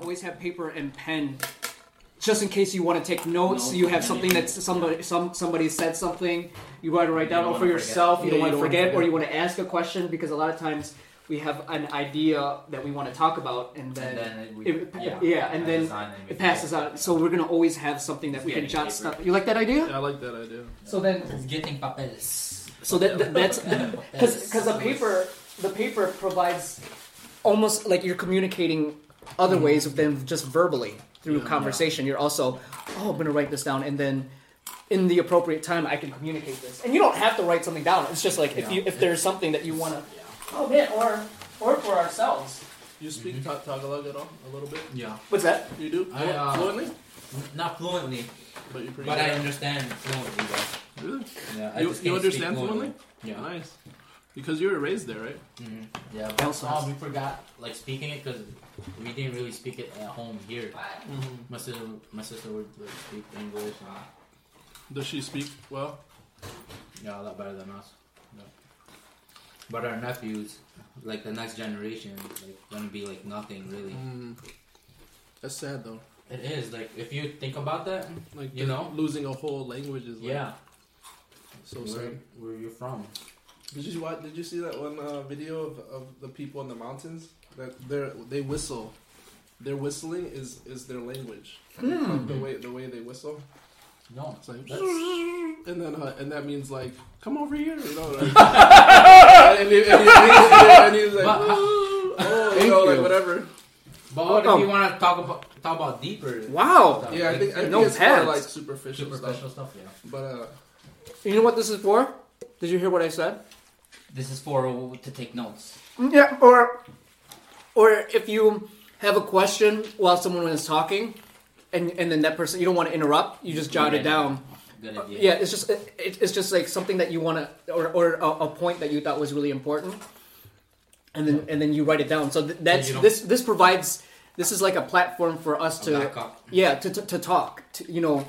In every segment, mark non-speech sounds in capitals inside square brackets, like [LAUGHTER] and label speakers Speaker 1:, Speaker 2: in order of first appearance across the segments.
Speaker 1: always have paper and pen just in case you want to take notes. you have something that somebody some somebody said something you want to write down
Speaker 2: don't
Speaker 1: or for
Speaker 2: wanna
Speaker 1: yourself. You
Speaker 3: Yeah,
Speaker 1: don't
Speaker 3: you
Speaker 1: want to
Speaker 3: don't wanna
Speaker 1: forget, or
Speaker 3: forget.
Speaker 1: you want to ask a question because a lot of times we have an idea that we want to talk about and then.
Speaker 2: and then it, we,
Speaker 1: it-
Speaker 2: yeah,
Speaker 1: yeah, and
Speaker 2: as
Speaker 1: then
Speaker 2: design, we
Speaker 1: it
Speaker 2: can
Speaker 1: passes
Speaker 2: get-
Speaker 1: out, so we're gonna always have something that we can
Speaker 2: Getting
Speaker 1: jot
Speaker 2: paper.
Speaker 1: stuff. You like that idea?
Speaker 3: I like that idea.
Speaker 1: So then,
Speaker 4: Getting papeles.
Speaker 1: so that, that-
Speaker 4: [LAUGHS]
Speaker 1: that's [LAUGHS] because because the paper the paper provides almost like you're communicating other ways than just verbally through conversation. You're also oh I'm gonna write this down and then in the appropriate time I can communicate this. And you don't have to write something down. It's just like if you if there's something that you wanna oh man or or for ourselves.
Speaker 3: You speak Ta- Tagalog at all? A little bit?
Speaker 4: Yeah.
Speaker 1: What's that?
Speaker 3: You do?
Speaker 4: Mm-hmm. I, uh,
Speaker 3: Fluently?
Speaker 4: Not fluently,
Speaker 3: But you're pretty
Speaker 4: but I
Speaker 3: good.
Speaker 4: understand fluently. though.
Speaker 3: Really?
Speaker 4: Yeah, I just
Speaker 3: You- you
Speaker 4: can't speak
Speaker 3: understand
Speaker 4: fluently? Yeah.
Speaker 3: Nice. Because you were raised there, right?
Speaker 4: hmm Yeah,
Speaker 1: That
Speaker 4: but
Speaker 1: was
Speaker 4: somehow
Speaker 1: nice.
Speaker 4: we forgot like speaking it because we didn't really speak it at home here.
Speaker 3: Mm-hmm.
Speaker 4: My sister, my sister would like, speak English uh, and
Speaker 3: Does she speak well?
Speaker 4: yeah, a lot better than us. Yeah. But our nephews, like the next generation, like gonna be like nothing really.
Speaker 3: Mm. That's sad though.
Speaker 4: It is like if you think about that,
Speaker 3: Like
Speaker 4: You know?
Speaker 3: losing a whole language is like
Speaker 4: yeah.
Speaker 3: so
Speaker 4: where,
Speaker 3: sad.
Speaker 4: where you from?
Speaker 3: Did you watch, Did you see that one uh, video of, of the people in the mountains that they they whistle? Their whistling is is their language.
Speaker 1: Hmm.
Speaker 3: Like, the way the way they whistle.
Speaker 4: [COUGHS] No,
Speaker 3: It's like,
Speaker 4: Mm-hmm. That's-
Speaker 3: and then uh, and that means like, come over here, you
Speaker 1: [LAUGHS]
Speaker 3: know. Like, and, he, and, he, and, he, and he's like,
Speaker 4: But-
Speaker 3: oh, you know, like
Speaker 1: uh, you.
Speaker 3: whatever.
Speaker 4: but what if
Speaker 1: Welcome.
Speaker 4: you want to talk about talk about deeper?
Speaker 1: Wow.
Speaker 3: Yeah, I think, I think
Speaker 1: Uh, No
Speaker 3: it's more
Speaker 1: pads.
Speaker 3: like superficial,
Speaker 4: Superficial
Speaker 3: stuff.
Speaker 4: stuff, yeah.
Speaker 3: But uh,
Speaker 1: You know what this is for? Did you hear what I said?
Speaker 4: This is for uh, to take notes.
Speaker 1: Yeah, or or if you have a question while someone is talking, and and then that person you don't want to interrupt, you just jot it down.
Speaker 4: Good idea.
Speaker 1: Yeah, it's just it, it's just like something that you want to, or or a, a point that you thought was really important, and then and then you write it down. So th- that's
Speaker 4: you don't-
Speaker 1: this this provides this is like a platform for us to
Speaker 4: A backup.
Speaker 1: yeah to to, to talk. To, you know,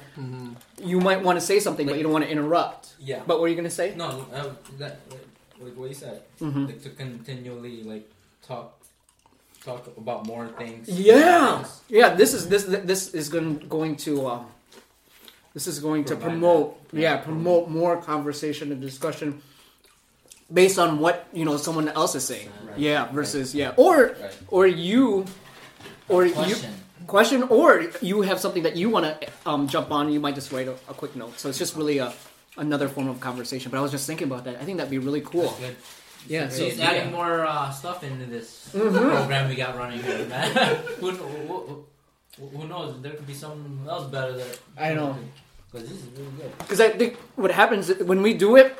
Speaker 1: you might want to say something, Mm-hmm. but you don't want to interrupt.
Speaker 4: Yeah.
Speaker 1: But what were you gonna say?
Speaker 4: No, uh, that, like what you said,
Speaker 1: Mm-hmm.
Speaker 4: like to continually like talk talk about more things.
Speaker 1: Yeah, yeah. This is this this is going going to um, this is going to
Speaker 4: Provide
Speaker 1: promote
Speaker 4: that.
Speaker 1: yeah
Speaker 4: Yeah.
Speaker 1: promote more conversation and discussion based on what you know someone else is saying.
Speaker 4: Right.
Speaker 1: Yeah, versus yeah, or
Speaker 4: Right.
Speaker 1: or you or
Speaker 4: Question.
Speaker 1: you question or you have something that you want to um, jump on. You might just write a, a quick note. So it's just really a another form of conversation. But I was just thinking about that. I think that'd be really cool.
Speaker 4: That's good.
Speaker 1: Yeah.
Speaker 4: So
Speaker 1: So
Speaker 4: he's adding more uh, stuff into this
Speaker 5: Mm-hmm.
Speaker 4: program we got running here, [LAUGHS] man. who, who, who- who knows? There could be something else better that
Speaker 1: I know.
Speaker 4: Because this is really good.
Speaker 1: Because I think what happens is when we do it,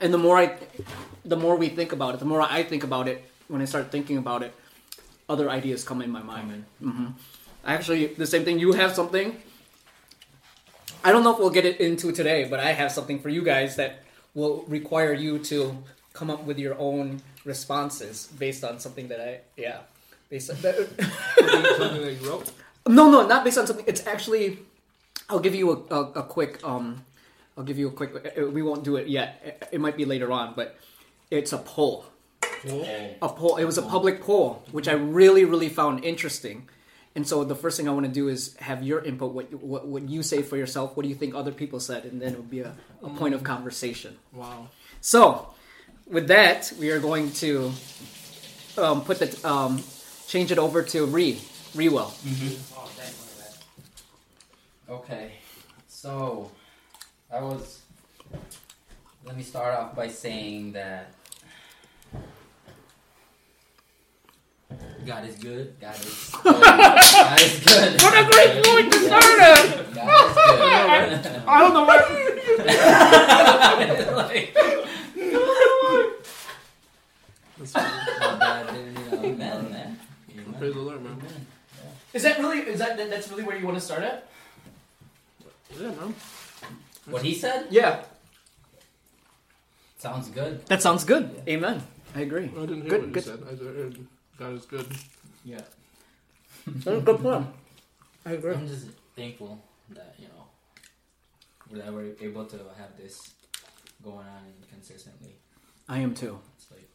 Speaker 1: and the more I, the more we think about it, the more I think about it. When I start thinking about it, other ideas come in my mind. Mm-hmm. Actually, the same thing. You have something. I don't know if we'll get it into today, but I have something for you guys that will require you to come up with your own responses based on something that I yeah based on [LAUGHS]
Speaker 3: something like rope.
Speaker 1: no, no, not based on something. It's actually, I'll give you a, a, a quick, um, I'll give you a quick. uh, We won't do it yet. It, it might be later on, but it's a poll. A poll. It was a public poll, which I really, really found interesting. And so the first thing I want to do is have your input. What, what what you say for yourself? What do you think other people said? And then it would be a, a point of conversation.
Speaker 3: Wow.
Speaker 1: So, with that, we are going to um, put the um, change it over to Re Rewell.
Speaker 5: Okay, so I was. Let me start off by saying that
Speaker 4: God is good.
Speaker 5: God is [LAUGHS] good. God is good. What a great
Speaker 4: [LAUGHS]
Speaker 5: point to start on! God is good.
Speaker 1: I don't know what.
Speaker 5: [LAUGHS]
Speaker 4: [LAUGHS] Like,
Speaker 3: That's funny.
Speaker 5: My bad, didn't,
Speaker 4: [LAUGHS]
Speaker 5: you know,
Speaker 4: Amen,
Speaker 5: man.
Speaker 3: Praise the Lord, man.
Speaker 1: Is that really? Is that that's really where you want to start at?
Speaker 3: Yeah, man.
Speaker 5: What he said
Speaker 1: Yeah,
Speaker 5: sounds good.
Speaker 1: that sounds good. Amen. I agree.
Speaker 3: I didn't hear
Speaker 1: Good-
Speaker 3: what you
Speaker 1: good.
Speaker 3: said. I just heard God is good.
Speaker 4: yeah.
Speaker 1: That's a good point. I agree.
Speaker 4: I'm just thankful that you know that we're able to have this going on consistently.
Speaker 1: I am too.
Speaker 4: It's like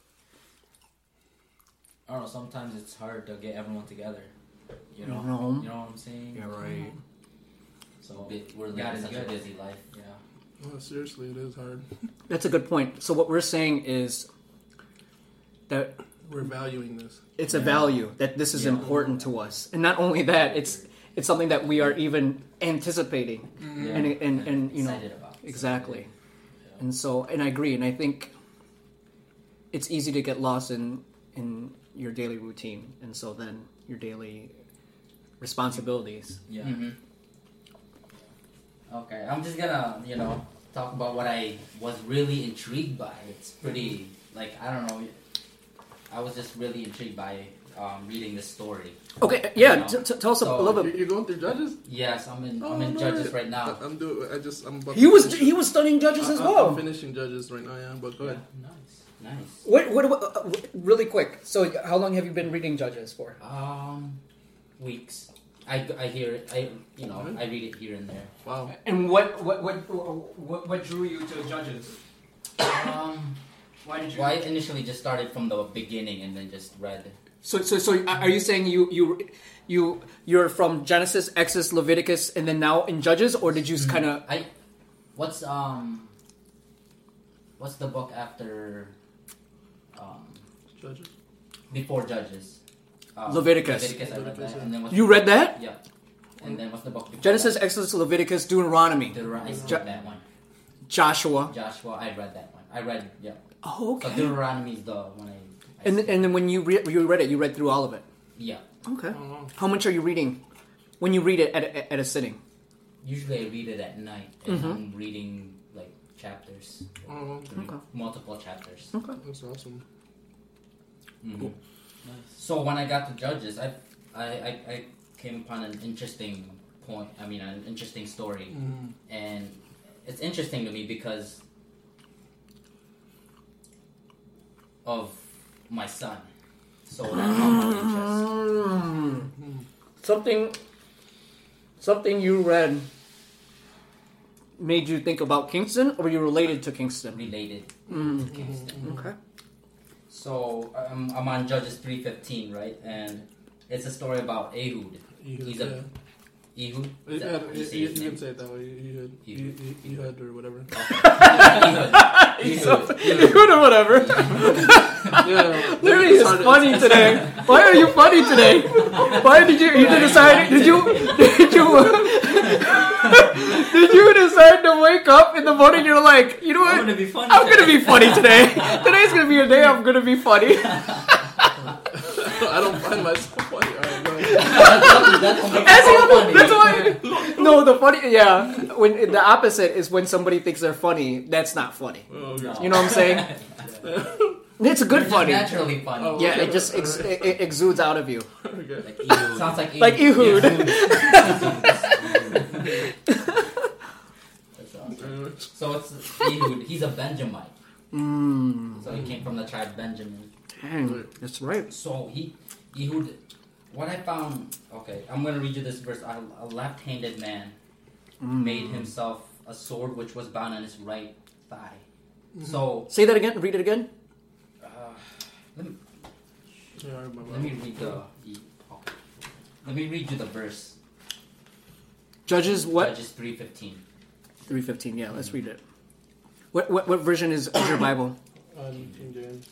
Speaker 6: I don't know. Sometimes it's hard to get everyone together. You know.
Speaker 1: No.
Speaker 6: You know what I'm saying?
Speaker 1: right.
Speaker 6: So
Speaker 4: Bi- We're
Speaker 6: God
Speaker 4: living
Speaker 6: is
Speaker 4: such a
Speaker 6: good.
Speaker 4: busy life.
Speaker 6: yeah.
Speaker 3: No, seriously, it is hard.
Speaker 1: That's a good point. So what we're saying is that
Speaker 3: We're valuing this.
Speaker 1: it's a value that this is
Speaker 6: Yeah.
Speaker 1: important to us, and not only that, it's it's something that we are even anticipating,
Speaker 4: Yeah.
Speaker 1: and, and and you know
Speaker 4: excited about.
Speaker 1: exactly. And so, and I agree, and I think it's easy to get lost in in your daily routine, and so then your daily responsibilities.
Speaker 6: Yeah.
Speaker 4: Mhm. Okay, I'm just gonna you know talk about what I was really intrigued by. It's pretty
Speaker 6: Mm-hmm.
Speaker 4: like I don't know. I was just really intrigued by um, reading this story.
Speaker 1: Okay, yeah,
Speaker 4: Yeah.
Speaker 1: t- t- tell us a
Speaker 4: So-
Speaker 1: little
Speaker 3: You're,
Speaker 1: bit.
Speaker 3: you're going through judges?
Speaker 4: Yes, I'm in. I'm
Speaker 3: Oh,
Speaker 4: in
Speaker 3: no.
Speaker 4: judges right now.
Speaker 3: I, am doing. I just. I'm. about
Speaker 1: He
Speaker 3: to
Speaker 1: was
Speaker 3: finish.
Speaker 1: he was studying judges
Speaker 3: I-
Speaker 1: as
Speaker 3: I- I'm
Speaker 1: well.
Speaker 3: finishing judges right now. Yeah, but go ahead.
Speaker 6: Yeah, Nice.
Speaker 4: Nice.
Speaker 1: What, what, what, uh, uh, really quick. So, how long have you been reading Judges for?
Speaker 4: Um, weeks. I, I hear it. I you know
Speaker 3: Mhm.
Speaker 4: I read it here and there.
Speaker 3: Wow.
Speaker 1: And what, what, what, what, what drew you to Judges?
Speaker 4: Um,
Speaker 1: Why did
Speaker 4: well, I initially just started from the beginning and then just read.
Speaker 1: So, so, so, are you saying you, you, you, you're from Genesis, Exodus, Leviticus, and then now in Judges, or did you kind of?
Speaker 4: I what's um what's the book after um
Speaker 3: Judges.
Speaker 4: before Judges? Um,
Speaker 1: Leviticus.
Speaker 4: Leviticus. I read
Speaker 3: Leviticus,
Speaker 4: that.
Speaker 3: yeah.
Speaker 4: And then what's
Speaker 1: You
Speaker 4: the
Speaker 1: read
Speaker 4: book-
Speaker 1: that?
Speaker 4: Yeah. And then what's the book? Before
Speaker 1: Genesis,
Speaker 4: That?
Speaker 1: Exodus, Leviticus, Deuteronomy,
Speaker 4: Deuteronomy. I skipped
Speaker 1: Jo-
Speaker 4: that one.
Speaker 1: Joshua.
Speaker 4: Joshua. I read that one. I read yeah.
Speaker 1: Oh,
Speaker 4: So
Speaker 1: okay.
Speaker 4: Deuteronomy is the one I. I
Speaker 1: And
Speaker 4: skipped.
Speaker 1: and then when you read you read it, you read through all of it.
Speaker 4: yeah.
Speaker 1: Okay.
Speaker 3: Oh, wow.
Speaker 1: How much are you reading? When you read it at a, at a sitting.
Speaker 4: Usually I read it at night, and
Speaker 1: Mm-hmm.
Speaker 4: I'm reading like chapters,
Speaker 3: Oh,
Speaker 4: three-
Speaker 1: Okay.
Speaker 4: multiple chapters.
Speaker 1: Okay.
Speaker 3: that's awesome.
Speaker 4: Mhm.
Speaker 1: Cool.
Speaker 6: Nice.
Speaker 4: So when I got to judges, I, I, I, I came upon an interesting point. I mean, an interesting story,
Speaker 3: Mm.
Speaker 6: Mm-hmm.
Speaker 4: and it's interesting to me because of my son. So that caught my
Speaker 6: Mm-hmm.
Speaker 4: interest.
Speaker 1: Mm. Something something you read made you think about Kingston or you related to Kingston?
Speaker 4: Related.
Speaker 6: Mm-hmm.
Speaker 1: Mm.
Speaker 4: Kingston.
Speaker 1: [LAUGHS] Okay.
Speaker 4: So um, I'm on Judges three fifteen, right? And it's a story about Ehud.
Speaker 3: You
Speaker 4: He's
Speaker 3: yeah.
Speaker 4: a Ehud.
Speaker 3: You,
Speaker 4: Is
Speaker 6: Uh,
Speaker 4: that how
Speaker 3: had,
Speaker 4: you
Speaker 3: you,
Speaker 4: say
Speaker 3: you,
Speaker 4: his
Speaker 3: you
Speaker 4: name?
Speaker 3: can say it that way. You, you,
Speaker 4: You-
Speaker 3: had, you, you, you had or whatever.
Speaker 4: Ehud. Ehud.
Speaker 1: Good or whatever.
Speaker 3: yeah,
Speaker 1: Larry is
Speaker 3: it's hard-
Speaker 1: funny today. Why are you funny today? Why did you you decide did you did you did you decide to wake up in the morning? You're like, you know
Speaker 6: [LAUGHS] I'm
Speaker 1: what?
Speaker 6: gonna be funny.
Speaker 1: I'm gonna be funny today. Today's gonna be a day I'm gonna be
Speaker 4: [LAUGHS]
Speaker 1: funny.
Speaker 3: [LAUGHS] I don't find myself funny. All right, go ahead.
Speaker 4: That's what makes it
Speaker 1: That's
Speaker 4: so
Speaker 1: what,
Speaker 4: funny.
Speaker 1: that's what. No, the funny, yeah. When the opposite is when somebody thinks they're funny, that's not funny.
Speaker 3: Oh, okay.
Speaker 4: No.
Speaker 1: You know what I'm
Speaker 4: [LAUGHS]
Speaker 1: saying? It's a good
Speaker 4: It's
Speaker 1: funny.
Speaker 4: Naturally funny.
Speaker 3: Oh.
Speaker 1: Yeah, it just ex- it it exudes out of you.
Speaker 3: okay.
Speaker 6: Like Ehud.
Speaker 4: [LAUGHS] Sounds like Ehud.
Speaker 1: Like Ehud.
Speaker 4: [LAUGHS] That's awesome.
Speaker 3: Anyway.
Speaker 4: So it's Ehud. He's a Benjamite.
Speaker 1: Mm,
Speaker 4: So he came from the tribe Benjamin.
Speaker 1: dang, that's right.
Speaker 4: So he, Ehud, what I found. Okay, I'm gonna read you this verse. A, a left-handed man
Speaker 1: Mm.
Speaker 4: made himself a sword which was bound on his right thigh. So
Speaker 1: Say that again. Read it again.
Speaker 4: uh, let me
Speaker 3: Yeah, all right,
Speaker 1: Mm-hmm.
Speaker 3: my
Speaker 4: let me
Speaker 3: bad.
Speaker 4: read the. okay. Let me read you the verse.
Speaker 1: Judges what?
Speaker 4: Judges three fifteen.
Speaker 1: Three fifteen. Yeah, let's read it. What what, what version is, is your Bible?
Speaker 3: Uh, King James.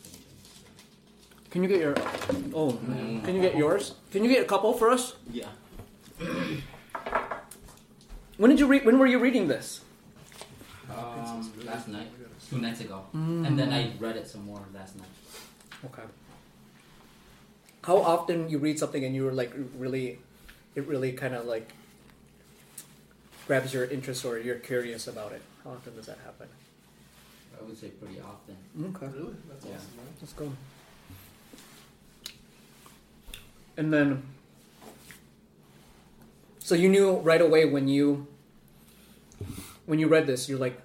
Speaker 1: Can you get your? Oh, can you get yours? Can you get a couple for us?
Speaker 4: Yeah.
Speaker 1: When did you read? When were you reading this?
Speaker 4: Um, last night, two nights ago,
Speaker 1: Mm.
Speaker 4: and then I read it some more last night.
Speaker 1: Okay. How often you read something and you were like really, it really kind of like grabs your interest or you're curious about it. How often does that happen?
Speaker 4: I would say pretty often.
Speaker 1: Okay,
Speaker 3: Really? That's
Speaker 4: Yeah.
Speaker 3: awesome. Man.
Speaker 1: let's go. And then, so you knew right away when you when you read this, you're like,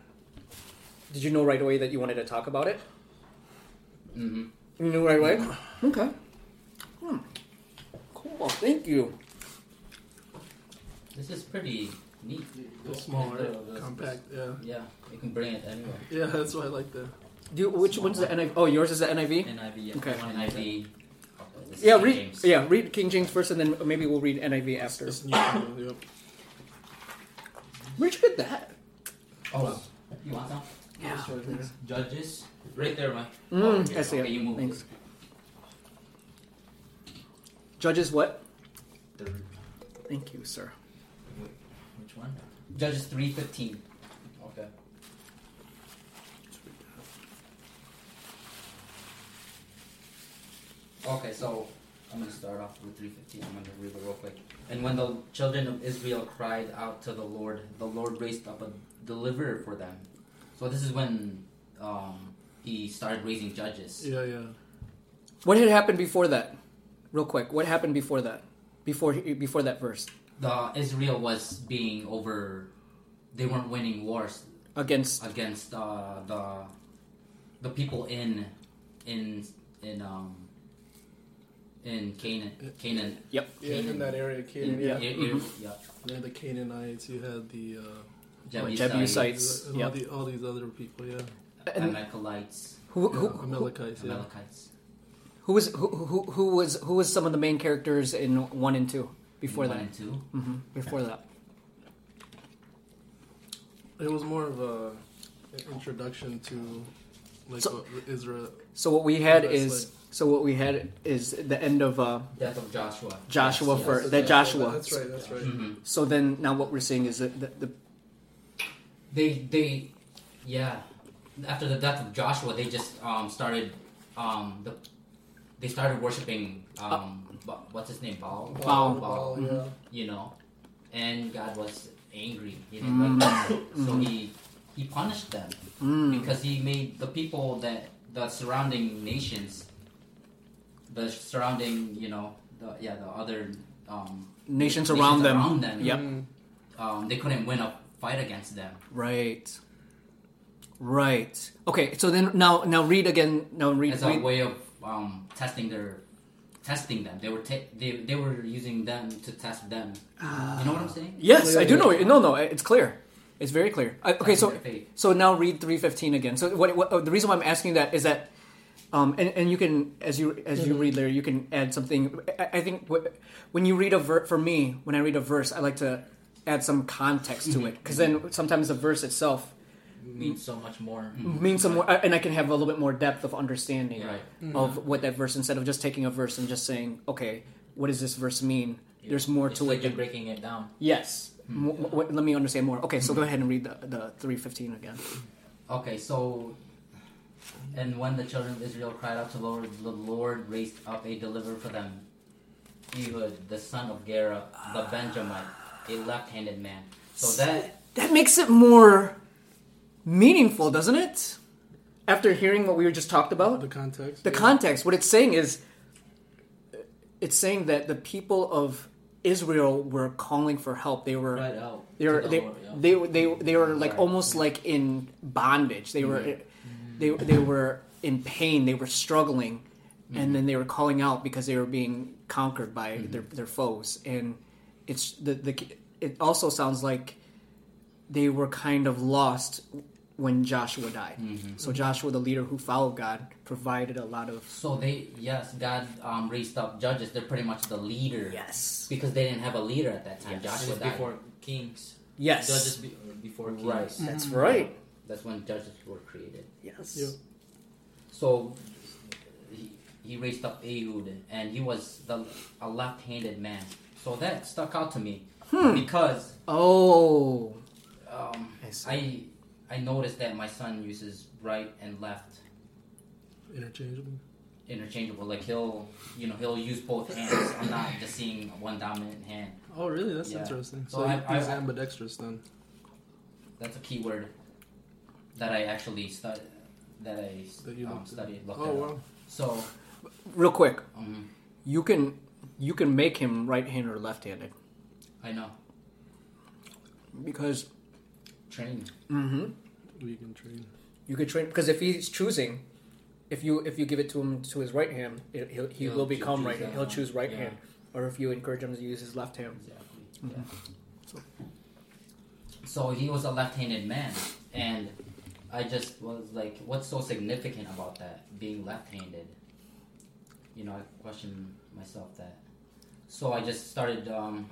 Speaker 1: did you know right away that you wanted to talk about it?
Speaker 4: hmm
Speaker 1: You knew right away? Okay. Hmm. Cool, thank you.
Speaker 4: This is pretty neat.
Speaker 3: It's smaller,
Speaker 4: Yeah, the- the-
Speaker 3: compact. Yeah.
Speaker 4: Yeah, you can bring it anywhere.
Speaker 3: Yeah, that's why I like that.
Speaker 1: Do you, which one's the NIV? Oh, yours is the NIV.
Speaker 4: NIV.
Speaker 1: Okay.
Speaker 4: NIV. but this is
Speaker 1: Yeah,
Speaker 4: King
Speaker 1: read
Speaker 4: James.
Speaker 1: yeah, read King James first, and then maybe we'll read NIV after.
Speaker 3: It's new. yep.
Speaker 1: Where'd you get that?
Speaker 4: Oh, you want some?
Speaker 1: Yeah.
Speaker 3: Sorry, man.
Speaker 4: Judges, right there, Mike.
Speaker 1: Mm,
Speaker 4: Okay,
Speaker 1: I see it.
Speaker 4: okay, you move.
Speaker 1: Thanks. Judges, what?
Speaker 6: The,
Speaker 1: Thank you, sir.
Speaker 6: which one?
Speaker 4: Judges three fifteen. Okay. Okay, so I'm gonna start off with 315. I'm gonna read it real quick. And when the children of Israel cried out to the Lord, the Lord raised up a deliverer for them. So this is when um, he started raising judges.
Speaker 3: Yeah, yeah.
Speaker 1: What had happened before that? Real quick, what happened before that? Before before that verse
Speaker 4: The Israel was being over; they weren't winning wars.
Speaker 1: against
Speaker 4: against uh, the the people in in in um in Canaan Canaan.
Speaker 1: Yep.
Speaker 3: Yeah,
Speaker 4: Canaan.
Speaker 3: in that area, Canaan.
Speaker 1: Yeah.
Speaker 3: Yeah,
Speaker 4: Ir- Ir-
Speaker 1: Mm-hmm.
Speaker 4: yeah.
Speaker 3: yeah. the Canaanites. You had the uh,
Speaker 4: Jebusites,
Speaker 1: Jebusites. It's-
Speaker 3: all,
Speaker 1: yeah.
Speaker 3: the, all these other people. Yeah,
Speaker 1: and
Speaker 4: Amalekites,
Speaker 1: who who,
Speaker 3: the
Speaker 1: who,
Speaker 3: Amalekites. Yeah,
Speaker 4: Amalekites.
Speaker 1: who was who, who who was who was some of the main characters in one and two before
Speaker 4: One
Speaker 1: that?
Speaker 4: and two.
Speaker 1: hmm Before that,
Speaker 3: it was more of a an introduction to like
Speaker 1: So-
Speaker 3: what Israel.
Speaker 1: so what we had
Speaker 3: That's
Speaker 1: is so what we had is the end of uh,
Speaker 4: Death of Joshua.
Speaker 1: Joshua
Speaker 4: Yes,
Speaker 1: for
Speaker 4: yes.
Speaker 1: the Joshua.
Speaker 3: That's right. That's right.
Speaker 4: Mhm.
Speaker 1: So then now what we're seeing is that the, the
Speaker 4: They they yeah. After the death of Joshua, they just um, started um, the they started worshiping um, Ba- what's his name Baal.
Speaker 1: Uh, Baal.
Speaker 4: Baal.
Speaker 3: yeah.
Speaker 4: you know, and God was angry. He didn't like
Speaker 1: [COUGHS]
Speaker 4: that. So he he punished them
Speaker 1: mm,
Speaker 4: because he made the people that the surrounding nations, the surrounding you know, the yeah the other um,
Speaker 1: nations around them.
Speaker 4: around them,
Speaker 1: Yep.
Speaker 3: Mm.
Speaker 4: um, they couldn't win a fight against them.
Speaker 1: Right. Right. Okay. So then now now read again. Now read.
Speaker 4: as a
Speaker 1: read.
Speaker 4: way of um, testing their testing them. They were ta- they they were using them to test them. you know
Speaker 1: Ah.
Speaker 4: what I'm saying?
Speaker 1: Yes,
Speaker 3: Yeah,
Speaker 1: I do
Speaker 3: yeah.
Speaker 1: know. it. No, no, it's clear. It's very clear. I, okay, so
Speaker 4: their faith.
Speaker 1: so now read three fifteen again. So what, what oh, the reason why I'm asking that is that, um, and, and you can as you as you read later, you can add something. I, I think what, when you read a verse, for me, when I read a verse, I like to add some context
Speaker 6: Mm-hmm.
Speaker 1: to it because then sometimes the verse itself
Speaker 6: Means so much more.
Speaker 4: Mm.
Speaker 1: means some more, uh, and I can have a little bit more depth of understanding
Speaker 4: Right.
Speaker 1: of what that verse instead of just taking a verse and just saying, okay, what does this verse mean? There's more
Speaker 6: It's
Speaker 1: to
Speaker 6: like
Speaker 1: it
Speaker 6: you're
Speaker 1: than-
Speaker 6: breaking it down.
Speaker 1: Yes. M- w- w- let me understand more. Okay, so go ahead and read the, the 315 again.
Speaker 4: Okay, so and when the children of Israel cried out to the Lord, the Lord raised up a deliverer for them, Ehud, the son of Gera, the Benjamite, a left-handed man. So that
Speaker 1: That makes it more meaningful, doesn't it? After hearing what we were just talked about,
Speaker 3: The context.
Speaker 1: the
Speaker 3: yeah.
Speaker 1: context, what it's saying is uh, it's saying that the people of Israel were calling for help. They were
Speaker 6: Right out.
Speaker 1: they were
Speaker 6: to the
Speaker 1: they,
Speaker 6: Lord, yeah.
Speaker 1: they, they, they were like
Speaker 4: Right.
Speaker 1: almost like in bondage. They were they they were in pain. They were struggling, and then they were calling out because they were being conquered by their, their foes. And it's the the it also sounds like they were kind of lost when Joshua died. So Joshua, the leader who followed God, provided a lot of
Speaker 4: so they yes, God um, raised up judges. They're pretty much the leader.
Speaker 1: yes,
Speaker 4: Because they didn't have a leader at that time.
Speaker 6: It
Speaker 4: Joshua
Speaker 6: was
Speaker 4: died.
Speaker 6: before Kings.
Speaker 1: yes,
Speaker 6: Judges be, or before Kings.
Speaker 4: Right.
Speaker 1: that's right.
Speaker 4: That's when judges were created.
Speaker 1: Yes,
Speaker 3: Yeah.
Speaker 4: So he, he raised up Ehud, and he was the, a left-handed man. So that stuck out to me because
Speaker 1: oh,
Speaker 4: um,
Speaker 1: I see.
Speaker 4: I I noticed that my son uses right and left
Speaker 3: Interchangeable.
Speaker 4: interchangeable. Like he'll you know he'll use both hands. I'm not just seeing one dominant hand.
Speaker 3: Oh, really? That's
Speaker 4: Yeah.
Speaker 3: interesting.
Speaker 4: So
Speaker 3: So,
Speaker 4: I- I-
Speaker 3: he's
Speaker 4: I-
Speaker 3: ambidextrous then.
Speaker 4: That's a key word that I actually studied. That I
Speaker 3: That you
Speaker 4: um,
Speaker 3: looked at.
Speaker 4: studied. Looked
Speaker 3: Oh
Speaker 4: at.
Speaker 3: wow.
Speaker 4: So
Speaker 1: real quick,
Speaker 4: um,
Speaker 1: you can you can make him right-handed or left-handed
Speaker 4: I know
Speaker 1: because
Speaker 4: train. Mm-hmm.
Speaker 1: mhm,
Speaker 3: We can train.
Speaker 1: you could train because if he's choosing if you if you give it to him to his right hand it, he'll, he
Speaker 4: He'll
Speaker 1: will
Speaker 4: choo-
Speaker 1: become
Speaker 4: choose
Speaker 1: right
Speaker 4: that
Speaker 1: he'll
Speaker 4: one.
Speaker 1: choose right
Speaker 4: Yeah.
Speaker 1: hand or if you encourage him to use his left hand
Speaker 4: Exactly. Yeah. So he was a left-handed man, and I just was like, "What's so significant about that being left-handed?" you know, I questioned myself that. So I just started. Um,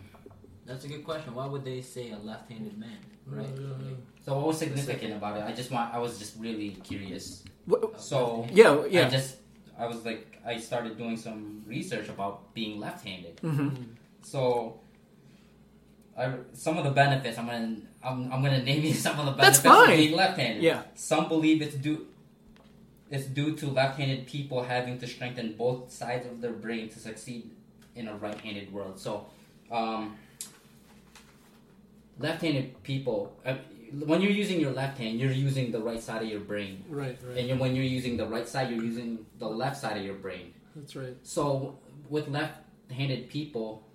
Speaker 6: That's a good question. Why would they say a left-handed man, right?
Speaker 3: Yeah,
Speaker 4: Mm-hmm.
Speaker 3: yeah, yeah.
Speaker 4: so what was significant about it? I just want. I was just really curious.
Speaker 1: Wh-
Speaker 4: So
Speaker 1: Yeah,
Speaker 4: I
Speaker 1: yeah.
Speaker 4: just. I was like, I started doing some research about being left-handed.
Speaker 1: hmm
Speaker 4: So. I, some of the benefits I'm gonna I'm, I'm gonna [LAUGHS] name you some of the
Speaker 1: That's
Speaker 4: benefits
Speaker 1: fine.
Speaker 4: of being left-handed.
Speaker 1: Yeah.
Speaker 4: Some believe it's due it's due to left-handed people having to strengthen both sides of their brain to succeed in a right-handed world. So, um, left-handed people, uh, when you're using your left hand, you're using the right side of your brain,
Speaker 3: Right, right.
Speaker 4: and you when you're using the right side, you're using the left side of your brain.
Speaker 3: That's right.
Speaker 4: So, with left-handed people,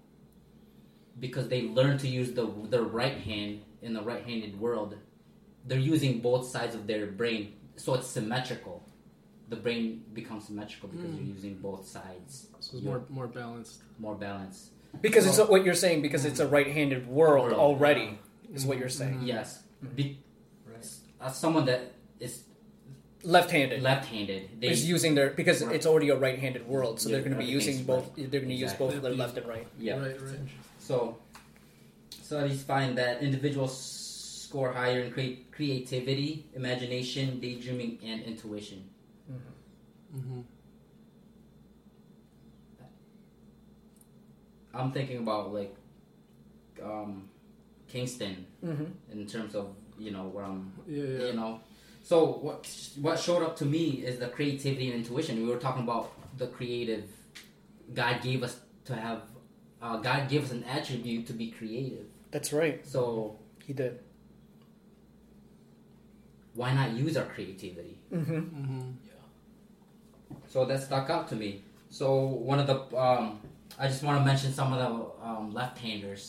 Speaker 4: because they learn to use the their right hand in the right-handed world, they're using both sides of their brain, so it's symmetrical. The brain becomes symmetrical because
Speaker 3: Mm.
Speaker 4: you're using both sides,
Speaker 3: So it's more more balanced.
Speaker 4: more balance.
Speaker 1: Because it's what you're saying. Because it's a right-handed world
Speaker 4: World.
Speaker 1: already. Is what you're
Speaker 3: Hmm. Mm-hmm.
Speaker 1: saying.
Speaker 4: Yes, Be-
Speaker 6: Right.
Speaker 4: as someone that is
Speaker 1: Left-handed
Speaker 4: left-handed, they
Speaker 1: is using their because
Speaker 4: Right.
Speaker 1: it's already a right-handed world, so
Speaker 4: Yeah,
Speaker 1: they're going to be using
Speaker 4: everything's
Speaker 1: both. They're going to use
Speaker 4: Exactly.
Speaker 1: both their left and right.
Speaker 4: yeah.
Speaker 3: Right, right.
Speaker 4: So, studies find that individuals score higher in crea- creativity, imagination, daydreaming, and intuition.
Speaker 3: Mm-hmm.
Speaker 4: I'm thinking about like um, Kingston
Speaker 1: Mm-hmm.
Speaker 4: in terms of you know where I'm,
Speaker 3: Yeah, yeah.
Speaker 4: you know. So what what showed up to me is the creativity and intuition. We were talking about the creative. God gave us to have. Uh, God gave us an attribute to be creative.
Speaker 1: That's right.
Speaker 4: So
Speaker 1: He did.
Speaker 4: why not use our creativity?
Speaker 1: Mm-hmm.
Speaker 3: [LAUGHS] Mm-hmm.
Speaker 4: So that stuck out to me. So one of the um, I just want to mention some of the um, left-handers.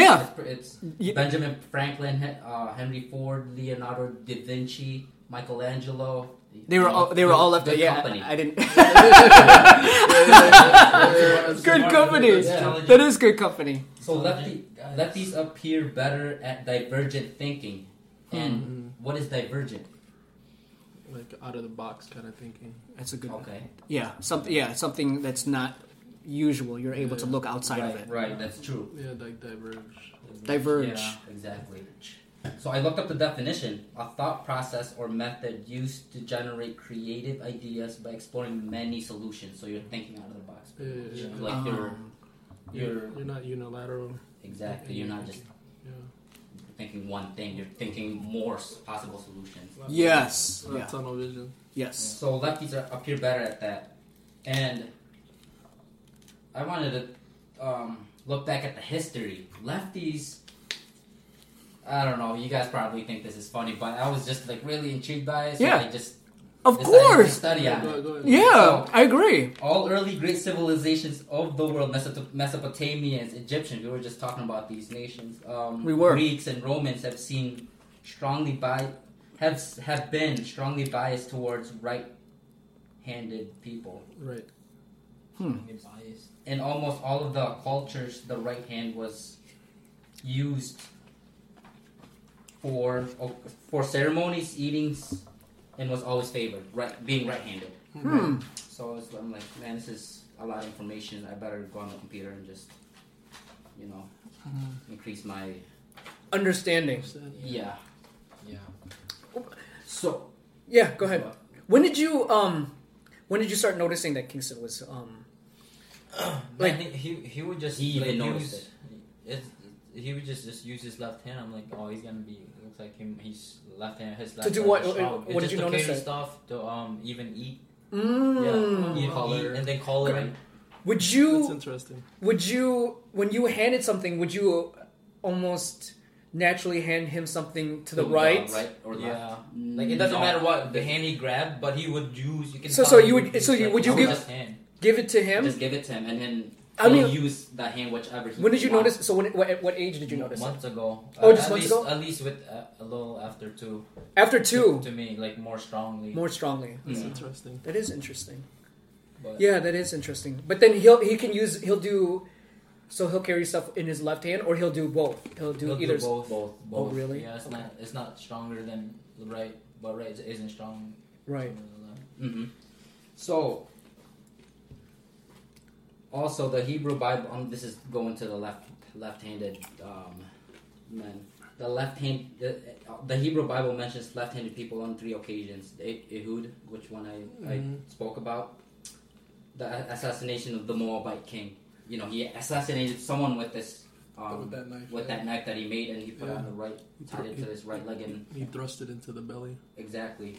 Speaker 1: Yeah.
Speaker 4: It's pr- It's,
Speaker 1: Ye-
Speaker 4: Benjamin Franklin, Hen- uh, Henry Ford, Leonardo da Vinci, Michelangelo.
Speaker 1: They were
Speaker 4: You know,
Speaker 1: all they were all
Speaker 4: good-
Speaker 1: left.
Speaker 4: Good
Speaker 1: yeah,
Speaker 4: company.
Speaker 1: I, I didn't.
Speaker 3: Good
Speaker 1: [LAUGHS] good company.
Speaker 4: Yeah.
Speaker 1: That is good company.
Speaker 4: so lefty, lefties appear better at divergent thinking. And
Speaker 1: Hmm.
Speaker 4: what is divergent?
Speaker 3: Mm-hmm. Like out of the box kind of thinking.
Speaker 1: That's a good.
Speaker 4: Okay,
Speaker 1: Yeah, something. Yeah, something that's not usual. You're able to
Speaker 3: Yeah.
Speaker 1: look outside of it.
Speaker 4: right, that's true.
Speaker 3: Yeah, like diverge.
Speaker 1: Diverge.
Speaker 4: Yeah, exactly. So I looked up the definition: a thought process or method used to generate creative ideas by exploring many solutions. So you're thinking out of the box,
Speaker 3: Yeah, yeah, yeah.
Speaker 4: like you're,
Speaker 1: Um,
Speaker 4: you're
Speaker 3: You're not unilateral.
Speaker 4: exactly. You're not just
Speaker 3: Yeah.
Speaker 4: thinking one thing. You're thinking more s- possible solutions.
Speaker 1: Yes.
Speaker 3: Not
Speaker 1: Yeah.
Speaker 3: tunnel vision.
Speaker 1: Yes.
Speaker 4: So lefties are, appear better at that, and I wanted to um, look back at the history. Lefties. I don't know. You guys probably think this is funny, but I was just like really intrigued by it. So
Speaker 1: Yeah.
Speaker 4: I just
Speaker 1: Of
Speaker 4: decided to
Speaker 1: course.
Speaker 4: Study on
Speaker 3: Go,
Speaker 4: it.
Speaker 3: go ahead.
Speaker 1: Yeah, I agree.
Speaker 4: All early great civilizations of the world, Mesoto- Mesopotamians, Egyptians, we were just talking about these nations. Um,
Speaker 1: We were.
Speaker 4: Greeks and Romans have seen strongly bi- have have been strongly biased towards right-handed people.
Speaker 3: Right.
Speaker 6: Biased.
Speaker 4: In almost all of the cultures, the right hand was used for for ceremonies, eatings, and was always favored. Right, being right-handed.
Speaker 1: Hmm.
Speaker 4: So it's, I'm like, man, this is a lot of information. I better go on the computer and just, you know,
Speaker 1: Mm-hmm.
Speaker 4: increase my
Speaker 1: Understanding.
Speaker 4: yeah.
Speaker 6: Yeah.
Speaker 4: So uh,
Speaker 1: Yeah. Go ahead. When did you um, when did you start noticing that Kingston was um,
Speaker 6: Like
Speaker 1: Like-
Speaker 6: he, he would just
Speaker 4: He
Speaker 6: like,
Speaker 4: even noticed
Speaker 6: use, It's, he would just just use his left hand. I'm like, oh, he's gonna be looks like him. He's left hand. His left
Speaker 1: do
Speaker 6: hand
Speaker 1: what-
Speaker 6: is strong.
Speaker 1: what
Speaker 6: It's
Speaker 1: did
Speaker 6: just
Speaker 1: you
Speaker 6: to
Speaker 1: notice
Speaker 6: carry
Speaker 1: that-
Speaker 6: stuff to um even eat.
Speaker 4: Hmm.
Speaker 1: mm.
Speaker 6: Yeah, even
Speaker 4: Color.
Speaker 6: eat and then color.
Speaker 1: Right.
Speaker 6: Right.
Speaker 1: Would
Speaker 3: That's
Speaker 1: you
Speaker 3: interesting.
Speaker 1: would you when you handed something would you almost naturally hand him something to the right?
Speaker 4: right or left.
Speaker 6: Yeah, like it doesn't
Speaker 4: No.
Speaker 6: matter what the hand he grabbed, but he would use. You can
Speaker 1: So-
Speaker 6: tell
Speaker 1: so
Speaker 6: he
Speaker 1: you would-
Speaker 6: use
Speaker 1: so you-
Speaker 6: like
Speaker 1: would you
Speaker 6: his
Speaker 1: give-
Speaker 6: left hand.
Speaker 1: Give it to him.
Speaker 4: Just give it to him, and then
Speaker 1: I
Speaker 4: he'll
Speaker 1: mean-
Speaker 4: use that hand whichever. He
Speaker 1: when did you
Speaker 4: wants.
Speaker 1: notice? So when what, at what age did you notice? it?
Speaker 6: Months ago.
Speaker 1: Oh,
Speaker 6: Uh,
Speaker 1: just months
Speaker 6: at least,
Speaker 1: ago?
Speaker 6: At least with uh, a little after two.
Speaker 1: After
Speaker 6: To,
Speaker 1: two,
Speaker 6: to me, like more strongly.
Speaker 1: more strongly.
Speaker 3: That's
Speaker 4: Yeah.
Speaker 3: interesting.
Speaker 1: That is interesting.
Speaker 6: but
Speaker 1: Yeah, that is interesting. But then he'll he can use he'll do so he'll carry stuff in his left hand or he'll do both. He'll do
Speaker 6: he'll do
Speaker 1: either.
Speaker 6: both. Both.
Speaker 1: Oh, really?
Speaker 6: Yeah, it's not. It's not stronger than the right, but right isn't strong.
Speaker 1: Right.
Speaker 6: than the left.
Speaker 4: Mm-hmm. So
Speaker 6: also the Hebrew Bible. Um, this is going to the left, left-handed um, men. The left hand, the, uh, the Hebrew Bible mentions left-handed people on three occasions. Eh- Ehud, which one I,
Speaker 3: Mm-hmm.
Speaker 6: I spoke about, the a- assassination of the Moabite king. You know, he assassinated someone with this. Um,
Speaker 3: With that knife,
Speaker 6: with
Speaker 3: yeah.
Speaker 6: that knife that he made, and he put it on
Speaker 3: Yeah.
Speaker 6: the right, tied it to his right leg, and
Speaker 3: He thrust it into the belly.
Speaker 6: exactly.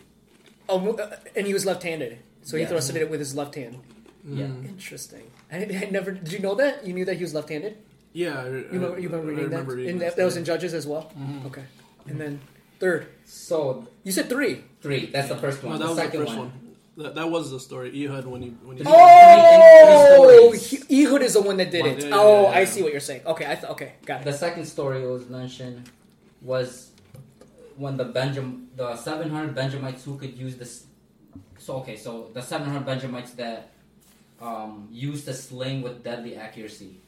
Speaker 4: Oh, mo- uh, and he was left-handed, so he
Speaker 6: Yeah.
Speaker 4: thrusted it with his left hand.
Speaker 6: Yeah.
Speaker 3: Mm-hmm.
Speaker 4: Interesting. I, I never. Did you know that? You knew that he was left-handed.
Speaker 3: Yeah, I, you
Speaker 4: You remember, you remember reading that? And that, that was in Judges as well. Okay. And then third,
Speaker 6: So
Speaker 4: you said three.
Speaker 6: three. That's the first
Speaker 3: No,
Speaker 6: one.
Speaker 3: that
Speaker 6: the
Speaker 3: was the
Speaker 6: second
Speaker 3: first one. That, that was the story Ehud when you when you.
Speaker 4: Oh,
Speaker 6: three stories.
Speaker 4: he- Ehud is the one that did
Speaker 3: One
Speaker 4: it.
Speaker 3: did it,
Speaker 4: Oh,
Speaker 3: yeah,
Speaker 4: I
Speaker 3: yeah.
Speaker 4: see what you're saying. Okay, I th- okay, got
Speaker 6: The
Speaker 4: it.
Speaker 6: second story that was mentioned was when the Benjam the seven hundred Benjamites who could use this. So okay, so the seven hundred Benjamites that um, used the sling with deadly accuracy.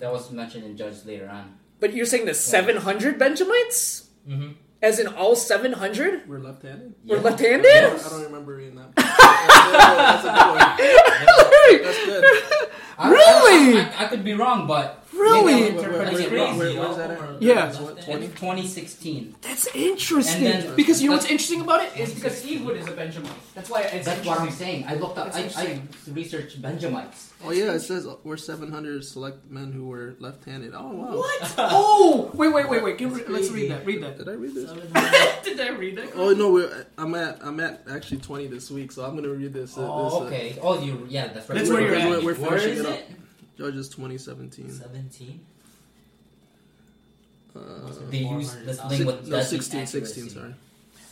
Speaker 6: That was mentioned in Judges later on.
Speaker 4: But you're saying the 700 Benjamites,
Speaker 6: Mm-hmm.
Speaker 4: as in all 700,
Speaker 3: We're left-handed.
Speaker 4: were
Speaker 6: Yeah.
Speaker 3: I
Speaker 4: left-handed.
Speaker 3: don't, I don't remember reading that. [LAUGHS] that's, a good one. That's good.
Speaker 6: [LAUGHS] I,
Speaker 1: Really?
Speaker 6: I, I, I could be wrong, but
Speaker 1: Really?
Speaker 6: maybe I'm
Speaker 3: Wait, wait,
Speaker 6: interpreting
Speaker 3: wait,
Speaker 6: it
Speaker 3: wait,
Speaker 6: wrong.
Speaker 3: where- where's that at?
Speaker 1: Yeah.
Speaker 3: What,
Speaker 6: It's
Speaker 3: 20?
Speaker 6: 2016.
Speaker 1: That's interesting.
Speaker 6: And then-
Speaker 1: because you know
Speaker 6: That's-
Speaker 1: what's interesting about it is because Ehud is a Benjamin. That's why it's
Speaker 6: That's what I'm saying. I looked up.
Speaker 1: That's
Speaker 6: I, I
Speaker 1: interesting.
Speaker 6: researched Benjamites.
Speaker 3: Oh yeah, it says we're 700 select men who were left-handed. Oh wow.
Speaker 6: [LAUGHS]
Speaker 1: What? Oh, wait, wait, wait, wait. Give, let's read that. Read that.
Speaker 3: Did I read this?
Speaker 1: Did I read that?
Speaker 3: Oh no, we're, I'm at I'm at actually 20 this week, so I'm gonna read this. uh, this,
Speaker 6: Oh,
Speaker 3: uh,
Speaker 6: okay. Oh, you. Yeah, that's right.
Speaker 1: That's where you're at.
Speaker 3: We're- we're
Speaker 6: Where
Speaker 3: finishing
Speaker 6: is
Speaker 3: it up.
Speaker 6: it?
Speaker 3: Judges 2017.
Speaker 6: Seventeen.
Speaker 3: Uh,
Speaker 6: They use this
Speaker 3: si-
Speaker 6: thing with
Speaker 3: no,
Speaker 6: deadly
Speaker 3: 16,
Speaker 6: accuracy.
Speaker 3: 16. Sorry.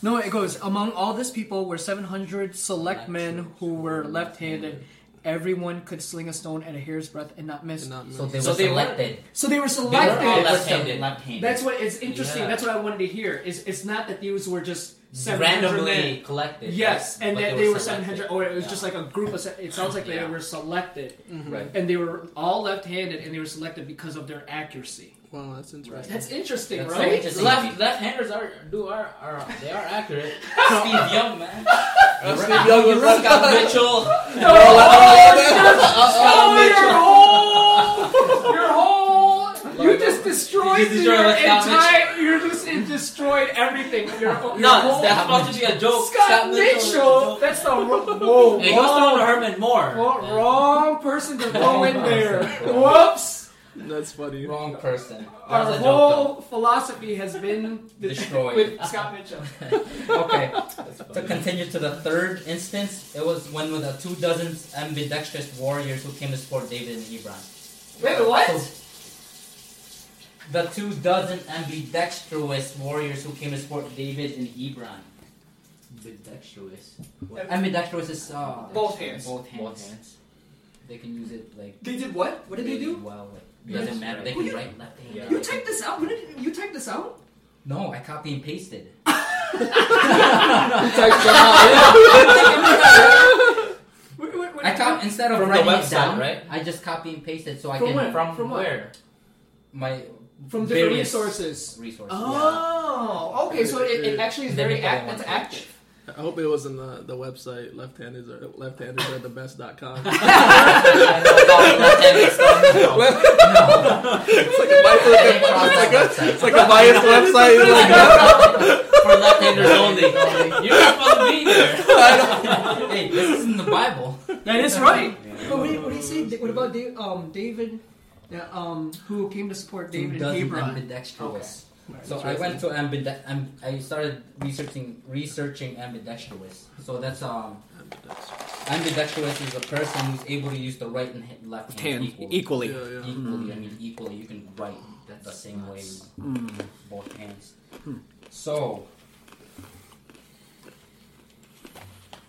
Speaker 1: No, it goes among all this people were 700 select men who were left-handed. Everyone could sling a stone at a hair's breadth and not miss.
Speaker 3: And not
Speaker 6: So they were
Speaker 1: So they were-
Speaker 6: selected.
Speaker 1: So they were
Speaker 6: They were all
Speaker 1: selected.
Speaker 6: left-handed. Left-handed.
Speaker 1: That's what it's interesting.
Speaker 6: Yeah.
Speaker 1: That's what I wanted to hear. Is it's not that these were just 700
Speaker 6: randomly
Speaker 1: men.
Speaker 6: collected.
Speaker 1: Yes,
Speaker 6: but-
Speaker 1: and
Speaker 6: but
Speaker 1: that they were
Speaker 6: selected.
Speaker 1: 700, or it was
Speaker 6: Yeah.
Speaker 1: just like a group of. se- It sounds like
Speaker 6: Yeah.
Speaker 1: they were selected,
Speaker 6: Right.
Speaker 1: and they were all left-handed, and they were selected because of their accuracy.
Speaker 3: Wow, that's interesting.
Speaker 1: That's interesting,
Speaker 6: That's so
Speaker 1: right?
Speaker 6: interesting.
Speaker 1: Left-
Speaker 6: Left left handers are do are, are they are accurate. [LAUGHS] Steve Young, man.
Speaker 3: Steve Young was
Speaker 6: Scott
Speaker 1: [LAUGHS]
Speaker 6: Mitchell.
Speaker 1: Oh, your whole, your whole, you just destroyed,
Speaker 6: You destroyed
Speaker 1: your
Speaker 6: Scott
Speaker 1: entire. You just it destroyed everything. Your, your
Speaker 6: No,
Speaker 1: whole,
Speaker 6: that's supposed to be a joke.
Speaker 1: Scott, Mitchell. That's the wrong. Whoa,
Speaker 6: It goes
Speaker 1: wrong,
Speaker 6: down to Herman Moore.
Speaker 1: wrong- wrong person to go in there. Whoops.
Speaker 3: That's
Speaker 6: [LAUGHS]
Speaker 3: funny.
Speaker 6: Wrong person. That
Speaker 1: Our
Speaker 6: was a joke,
Speaker 1: whole philosophy has been de-
Speaker 6: Destroyed.
Speaker 1: with Scott Mitchell.
Speaker 6: though. Okay. to continue to the third instance, it was when with the two dozen ambidextrous warriors who came to support David in Hebron.
Speaker 1: Wait, what?
Speaker 6: So, the two dozen ambidextrous warriors who came to support David in Hebron. Ambidextrous. Ambidextrous is uh,
Speaker 1: Both hands.
Speaker 6: Both hands. They can use it like.
Speaker 1: They did what? What did they
Speaker 6: really
Speaker 1: do?
Speaker 6: Well, like,
Speaker 1: Yeah.
Speaker 6: doesn't matter. They
Speaker 1: Well,
Speaker 6: can
Speaker 1: you-
Speaker 6: write left hand.
Speaker 7: Yeah.
Speaker 1: You typed this out. What did you type this out?
Speaker 6: No, I copy and pasted.
Speaker 1: What- what- what-
Speaker 6: I cop instead of
Speaker 7: From the
Speaker 6: writing
Speaker 7: website,
Speaker 6: it down,
Speaker 7: right?
Speaker 6: I just copy and paste it so I
Speaker 1: From
Speaker 6: can
Speaker 1: where?
Speaker 6: from,
Speaker 1: From what?
Speaker 6: where my
Speaker 1: from different
Speaker 6: various
Speaker 1: resources.
Speaker 6: Resources.
Speaker 1: Oh, okay. So it, it actually is
Speaker 6: Then
Speaker 1: very
Speaker 6: you put it
Speaker 1: act,
Speaker 6: on
Speaker 1: it's
Speaker 6: page.
Speaker 1: active.
Speaker 3: I hope it wasn't the, the website left-handers are left-handers are the best.com.
Speaker 1: [LAUGHS]
Speaker 4: [LAUGHS]
Speaker 6: yeah. no,
Speaker 3: it's like a
Speaker 6: [LAUGHS]
Speaker 3: bias.
Speaker 6: it's
Speaker 4: [LAUGHS]
Speaker 6: like
Speaker 3: a biased website.
Speaker 6: for left-handers only.
Speaker 1: [LAUGHS]
Speaker 6: You're not supposed to be there.
Speaker 4: [LAUGHS]
Speaker 6: hey, this is in the Bible.
Speaker 1: That is right. But what do you, what do you say? What about David, um, David yeah, um, who came to support David in
Speaker 6: dozen
Speaker 1: Hebron?
Speaker 6: ambidextrous.
Speaker 1: Okay.
Speaker 6: So I went to ambide- amb- I started researching researching ambidextrous. So that's um ambidextrous is a person who's able to use the right and h- left hand equally.
Speaker 3: Yeah,
Speaker 4: equally.
Speaker 3: yeah.
Speaker 6: Equally,
Speaker 1: Hmm.
Speaker 6: I mean equally. You can write the same way with both hands. So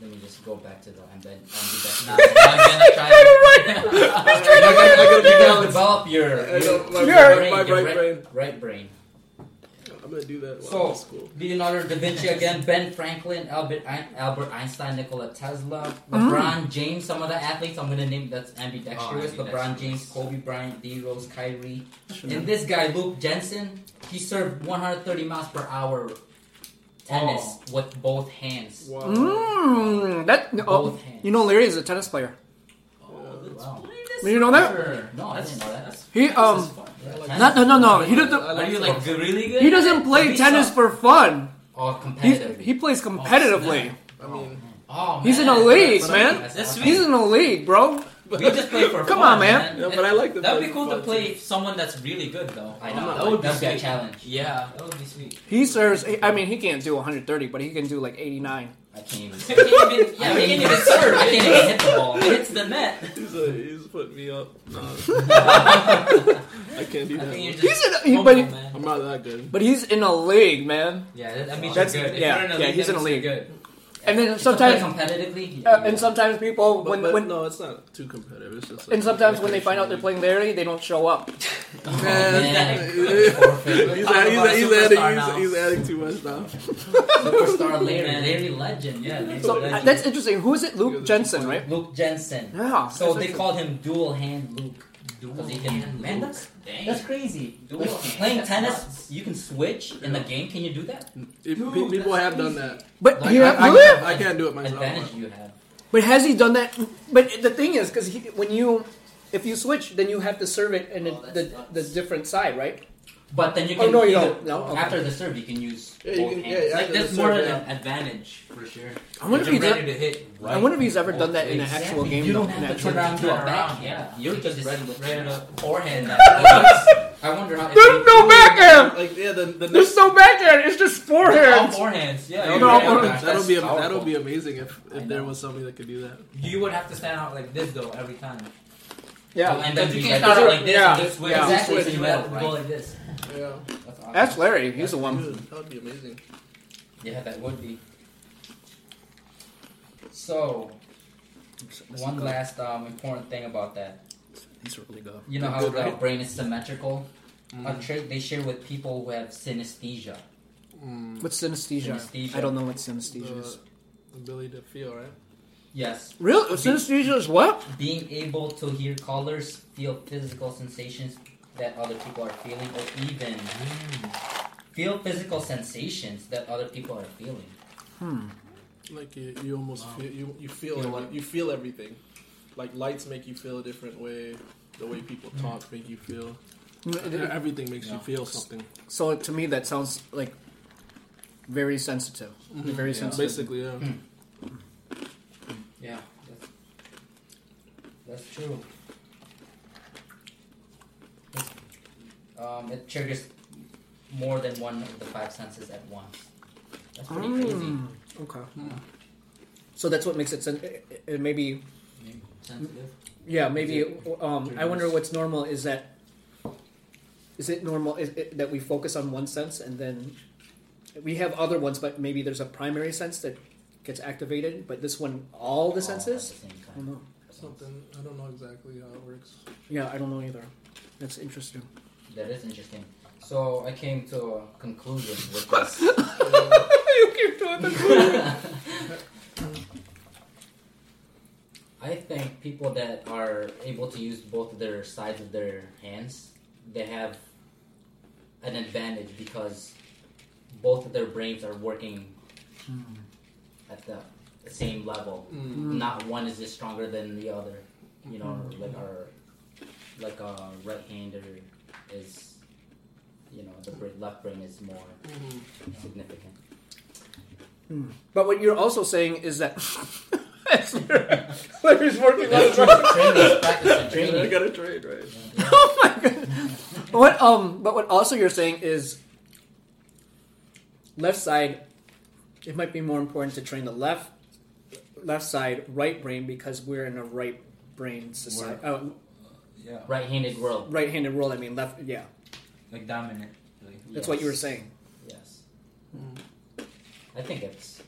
Speaker 6: let me just go back to the ambid- ambidextrous. Now, I'm gonna try to
Speaker 3: I gotta- I gotta be
Speaker 6: You're gonna
Speaker 3: balanced.
Speaker 6: develop your,
Speaker 3: I know, my-
Speaker 6: your
Speaker 3: my
Speaker 6: brain,
Speaker 3: right
Speaker 6: your right-
Speaker 3: brain.
Speaker 6: right brain.
Speaker 3: I'm gonna do that. Wow,
Speaker 6: So,
Speaker 3: that's cool.
Speaker 6: Leonardo da Vinci again, Ben Franklin, Albert, Ein- Albert Einstein, Nikola Tesla,
Speaker 1: Ah.
Speaker 6: LeBron James, some of the athletes I'm going to name that's ambidextrous.
Speaker 7: Oh,
Speaker 6: LeBron
Speaker 7: ambidextrous.
Speaker 6: James, Kobe Bryant, D Rose, Kyrie. And this guy, Luke Jensen, he served 130 miles per hour tennis with both hands.
Speaker 3: Wow.
Speaker 1: Mm, that no,
Speaker 6: Both hands.
Speaker 1: you know, Larry is a tennis player.
Speaker 6: Oh,
Speaker 4: Let's play this
Speaker 1: You know that?
Speaker 4: soccer. No, I didn't know that. That's-
Speaker 1: He
Speaker 4: this
Speaker 1: um,
Speaker 4: is fun. Yeah.
Speaker 1: not, no no no he doesn't
Speaker 3: I
Speaker 4: Are you like really good?
Speaker 1: he doesn't play
Speaker 4: Be
Speaker 1: tennis
Speaker 4: soft.
Speaker 1: for fun.
Speaker 4: Oh,
Speaker 1: He,
Speaker 4: competitive.
Speaker 1: he plays competitively.
Speaker 3: I mean,
Speaker 4: oh,
Speaker 1: He's in
Speaker 4: man.
Speaker 1: a league,
Speaker 4: That's
Speaker 1: man.
Speaker 4: That's
Speaker 1: He's
Speaker 4: sweet.
Speaker 1: in a league, bro.
Speaker 4: We just play for
Speaker 1: Come
Speaker 4: fun,
Speaker 1: on, man.
Speaker 3: Yeah, but I like the
Speaker 6: That'd be
Speaker 3: fun
Speaker 6: cool to
Speaker 3: part,
Speaker 6: play someone that's really good though.
Speaker 4: I
Speaker 3: I'm
Speaker 4: know.
Speaker 3: not
Speaker 4: That would be
Speaker 6: That'd Oh, be a
Speaker 4: sweet.
Speaker 6: challenge.
Speaker 4: Yeah, that would be sweet.
Speaker 1: He serves. I mean, he can't do 130, but he can do like 89.
Speaker 4: I can't even.
Speaker 6: I can't even, yeah, I can't even serve. I can't even hit the ball. It hits the net.
Speaker 3: [LAUGHS] he's, a, he's putting me up. [LAUGHS] No. I can't do
Speaker 6: I
Speaker 3: that.
Speaker 6: think
Speaker 3: one.
Speaker 6: you're just
Speaker 1: He's in. A, he-
Speaker 6: Come
Speaker 1: but,
Speaker 6: on,
Speaker 1: he-
Speaker 6: man.
Speaker 3: I'm not that good.
Speaker 1: but he's in a league, man.
Speaker 6: Yeah, that, that means
Speaker 1: That's-
Speaker 6: you're good. If
Speaker 1: yeah,
Speaker 6: you're in a
Speaker 1: yeah,
Speaker 6: league,
Speaker 1: he's
Speaker 6: that
Speaker 1: in a
Speaker 6: means
Speaker 1: league.
Speaker 6: You're good.
Speaker 1: And then
Speaker 6: To play
Speaker 1: sometimes,
Speaker 6: competitively.
Speaker 1: uh, and sometimes people
Speaker 3: But,
Speaker 1: when
Speaker 3: but
Speaker 1: when.
Speaker 3: no, it's not too competitive. It's just like
Speaker 1: And sometimes when they find out they're playing Larry, they don't show up.
Speaker 3: [LAUGHS]
Speaker 4: Oh,
Speaker 3: Man.
Speaker 6: [LAUGHS]
Speaker 4: man.
Speaker 1: [LAUGHS]
Speaker 3: he's,
Speaker 4: Forfeit.
Speaker 3: he's,
Speaker 4: Talking about a
Speaker 3: he's,
Speaker 4: superstar
Speaker 3: adding, he's,
Speaker 4: now.
Speaker 3: he's adding too much now.
Speaker 4: Superstar
Speaker 6: Larry,
Speaker 4: Larry.
Speaker 6: Larry Legend, yeah. Larry
Speaker 1: So uh,
Speaker 6: Legend.
Speaker 1: that's interesting. Who is it? Luke Jensen, right?
Speaker 6: Luke Jensen.
Speaker 1: Yeah.
Speaker 6: So they called him Dual Hand Luke because he can. Man, that's
Speaker 4: Dang.
Speaker 6: that's crazy.
Speaker 4: Dual
Speaker 6: Like,
Speaker 4: hand,
Speaker 6: playing
Speaker 4: that's
Speaker 6: tennis,
Speaker 4: nuts.
Speaker 6: you can switch in the game. Can you do that?
Speaker 3: If,
Speaker 4: Dude,
Speaker 3: pe- people
Speaker 4: that's
Speaker 3: have done
Speaker 4: crazy.
Speaker 3: that.
Speaker 1: But
Speaker 4: Like,
Speaker 1: he-
Speaker 4: I-
Speaker 3: I,
Speaker 1: really?
Speaker 3: can't, I can't do it myself.
Speaker 6: Advantage you have.
Speaker 1: But has he done that? But the thing is, because when you if you switch, then you have to serve it in
Speaker 4: Oh,
Speaker 1: a,
Speaker 4: that's
Speaker 1: the
Speaker 4: nuts.
Speaker 1: the different side, right?
Speaker 6: But then you
Speaker 1: Oh,
Speaker 6: can.
Speaker 1: no, you
Speaker 6: either-
Speaker 1: don't. No? Okay.
Speaker 6: After the serve, you can use
Speaker 3: Yeah, you
Speaker 6: both
Speaker 3: can- yeah,
Speaker 6: hands. like
Speaker 3: after the
Speaker 6: that's more
Speaker 3: serve,
Speaker 6: an
Speaker 3: yeah.
Speaker 6: advantage for sure.
Speaker 1: I wonder if he
Speaker 8: you're
Speaker 1: did.
Speaker 8: ready to hit
Speaker 1: I
Speaker 8: right.
Speaker 1: wonder if he's ever done that in an
Speaker 4: Exactly.
Speaker 1: actual game.
Speaker 4: You don't
Speaker 1: though, in
Speaker 4: have to
Speaker 1: actual-
Speaker 4: turn around to Turn
Speaker 6: a
Speaker 4: around,
Speaker 6: backhand.
Speaker 4: yeah.
Speaker 6: You're
Speaker 4: You
Speaker 6: just
Speaker 4: just ready to-
Speaker 6: straight up
Speaker 4: Forehand.
Speaker 6: I wonder how.
Speaker 1: There's no backhand.
Speaker 3: Like yeah, the, the
Speaker 1: There's
Speaker 3: next
Speaker 1: no backhand. It's just
Speaker 6: All
Speaker 1: forehand.
Speaker 6: forehands. Yeah.
Speaker 3: that'll,
Speaker 6: you're
Speaker 1: No,
Speaker 6: right.
Speaker 1: no, no.
Speaker 3: be, that'll be
Speaker 8: That's
Speaker 3: that'll be amazing if, if there
Speaker 6: know.
Speaker 3: was somebody that could do that.
Speaker 8: You would have to stand out like this though every time.
Speaker 1: Yeah,
Speaker 6: And
Speaker 8: Because
Speaker 6: then you
Speaker 8: you
Speaker 6: can
Speaker 8: can't
Speaker 6: start
Speaker 1: start
Speaker 6: like this.
Speaker 1: yeah,
Speaker 6: and just switch.
Speaker 1: yeah.
Speaker 6: Exactly.
Speaker 4: Switch
Speaker 6: So you
Speaker 4: middle,
Speaker 6: have to go
Speaker 4: right?
Speaker 6: like this.
Speaker 3: Yeah,
Speaker 6: That's awesome.
Speaker 1: that's Larry. He's the one.
Speaker 3: dude, that would be amazing.
Speaker 6: Yeah, that would be. So, one last um, important thing about that.
Speaker 1: He's really good.
Speaker 4: You
Speaker 6: You know
Speaker 4: know,
Speaker 6: how
Speaker 3: Good,
Speaker 6: the
Speaker 3: right? Mm-hmm.
Speaker 6: brain is symmetrical?
Speaker 3: Mm.
Speaker 6: A trait they share with people who have synesthesia.
Speaker 3: Mm.
Speaker 1: What's synesthesia?
Speaker 6: Synesthesia.
Speaker 1: I don't know what synesthesia
Speaker 3: The
Speaker 1: is.
Speaker 3: ability to feel, right?
Speaker 4: Yes.
Speaker 1: Really, synesthesia is what?
Speaker 4: Being able to hear colors, feel physical sensations that other people are feeling, or even feel physical sensations that other people are feeling.
Speaker 3: Like you, you almost feel you, you feel
Speaker 4: You know
Speaker 3: every-
Speaker 4: what?
Speaker 3: you feel everything. Like lights make you feel a different way. The way people talk make you feel. Everything makes you
Speaker 8: Yeah.
Speaker 3: feel something.
Speaker 1: So to me, that sounds like very sensitive. Very
Speaker 8: Yeah.
Speaker 1: sensitive.
Speaker 3: Basically, yeah.
Speaker 4: Yeah. That's, that's true. It's- Um, it triggers more than one of the five senses at once. That's pretty crazy.
Speaker 1: Mm, okay. So that's what makes it sen- uh, uh, maybe
Speaker 4: Sensitive.
Speaker 1: yeah maybe um, I wonder what's normal is that is it normal is it, that we focus on one sense and then we have other ones but maybe there's a primary sense that gets activated but this one all the senses Oh, I don't know
Speaker 3: Something I don't know exactly how it works.
Speaker 1: yeah I don't know either that's [LAUGHS] interesting
Speaker 4: That is interesting. So I came to a conclusion with this.
Speaker 1: you keep doing this
Speaker 4: I think people that are able to use both of their sides of their hands, they have an advantage because both of their brains are working
Speaker 1: Hmm.
Speaker 4: at the same level.
Speaker 3: Mm.
Speaker 1: Mm. [LAUGHS]
Speaker 4: Not one is just stronger than the other. You know,
Speaker 1: Hmm.
Speaker 4: like our like a right hander is, you know, the br- left brain is more
Speaker 3: Mm-hmm.
Speaker 4: significant.
Speaker 1: but what you're also saying is that [LAUGHS] Larry's working on [LAUGHS]
Speaker 4: That's
Speaker 1: his
Speaker 4: true. Training, practice, and
Speaker 3: I
Speaker 4: training.
Speaker 3: gotta trade, right?
Speaker 1: [LAUGHS] oh my god. What um but what also you're saying is left side it might be more important to train the left left side right brain because we're in a right brain society oh,
Speaker 8: Yeah,
Speaker 4: Right-handed world.
Speaker 1: right-handed world I mean left yeah
Speaker 8: like dominant. Like,
Speaker 1: that's what you were
Speaker 4: Yes.
Speaker 1: saying
Speaker 4: Yes. I think it's.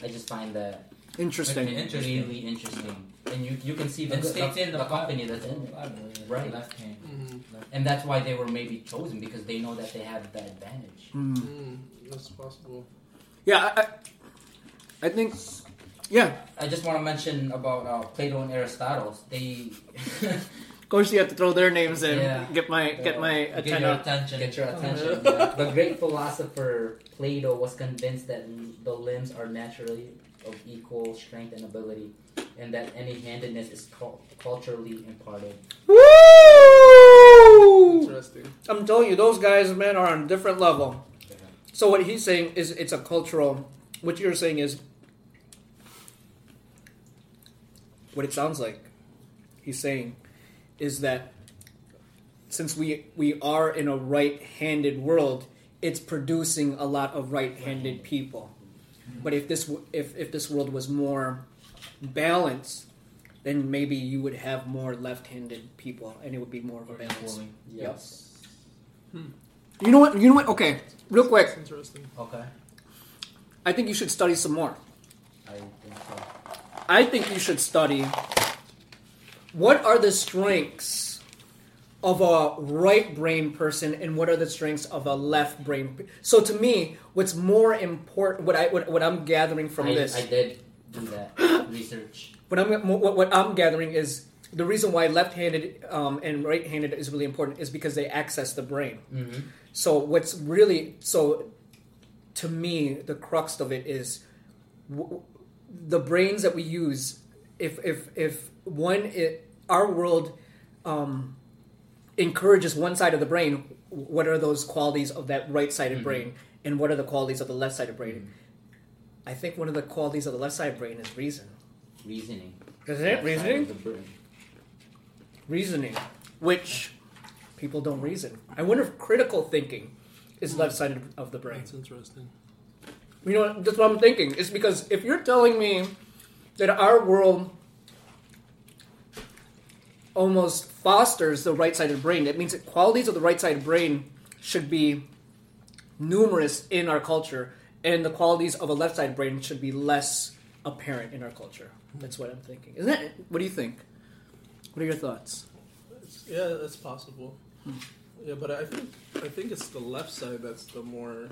Speaker 4: I just find that
Speaker 1: interesting
Speaker 8: Okay. Interesting.
Speaker 4: really interesting, and you you can see the,
Speaker 8: And
Speaker 4: the,
Speaker 8: states in the
Speaker 4: company that's in it, Right.
Speaker 8: right left hand.
Speaker 3: Mm-hmm.
Speaker 4: and that's why they were maybe chosen because they know that they have the advantage.
Speaker 3: Mm, that's possible.
Speaker 1: yeah I, I, I think yeah
Speaker 4: I just want to mention about uh, Plato and Aristotle. They [LAUGHS]
Speaker 1: of course you have to throw their names in
Speaker 4: Yeah.
Speaker 1: get my get my
Speaker 6: Get your
Speaker 1: attention
Speaker 6: attention.
Speaker 4: get your attention. yeah. The great philosopher Plato was convinced that the limbs are naturally of equal strength and ability, and that any handedness is cul- culturally imparted.
Speaker 2: Woo!
Speaker 3: Interesting.
Speaker 2: I'm telling you, those guys, man, are on a different level. So what he's saying is it's a cultural. What you're saying is what it sounds like. He's saying is that since we we are in a right-handed world, it's producing a lot of right-handed people. But if this w- if if this world was more balanced, then maybe you would have more left-handed people, and it would be more of a balance.
Speaker 4: Yes.
Speaker 1: You know what? You know what? Okay, real quick.
Speaker 3: That's interesting.
Speaker 4: Okay.
Speaker 1: I think you should study some more.
Speaker 4: I think so.
Speaker 1: I think you should study what are the strengths of a right brain person and what are the strengths of a left brain. pe- So to me, what's more important, what I what, what I'm gathering from
Speaker 4: I,
Speaker 1: this,
Speaker 4: I did do that research.
Speaker 1: what I'm what, what I'm gathering is the reason why left-handed um, and right-handed is really important is because they access the brain.
Speaker 4: Mm-hmm.
Speaker 1: So what's really so to me the crux of it is w- the brains that we use. If if if one it, our world um, encourages one side of the brain, what are those qualities of that right-sided brain, and what are the qualities of the left-sided brain? I think one of the qualities of the left-sided brain is reason.
Speaker 4: Reasoning.
Speaker 2: Is
Speaker 4: That side
Speaker 2: it reasoning?
Speaker 4: of the brain.
Speaker 2: Reasoning.
Speaker 1: which people don't reason. I wonder if critical thinking is left sided of the brain.
Speaker 3: That's interesting.
Speaker 1: You know, what- that's what I'm thinking. It's because if you're telling me that our world almost fosters the right sided brain, that means that qualities of the right sided brain should be numerous in our culture, and the qualities of a left sided brain should be less apparent in our culture. That's what I'm thinking. Isn't that? What do you think? What are your thoughts?
Speaker 3: It's, yeah, that's possible. Yeah, but I think I think it's the left side that's the more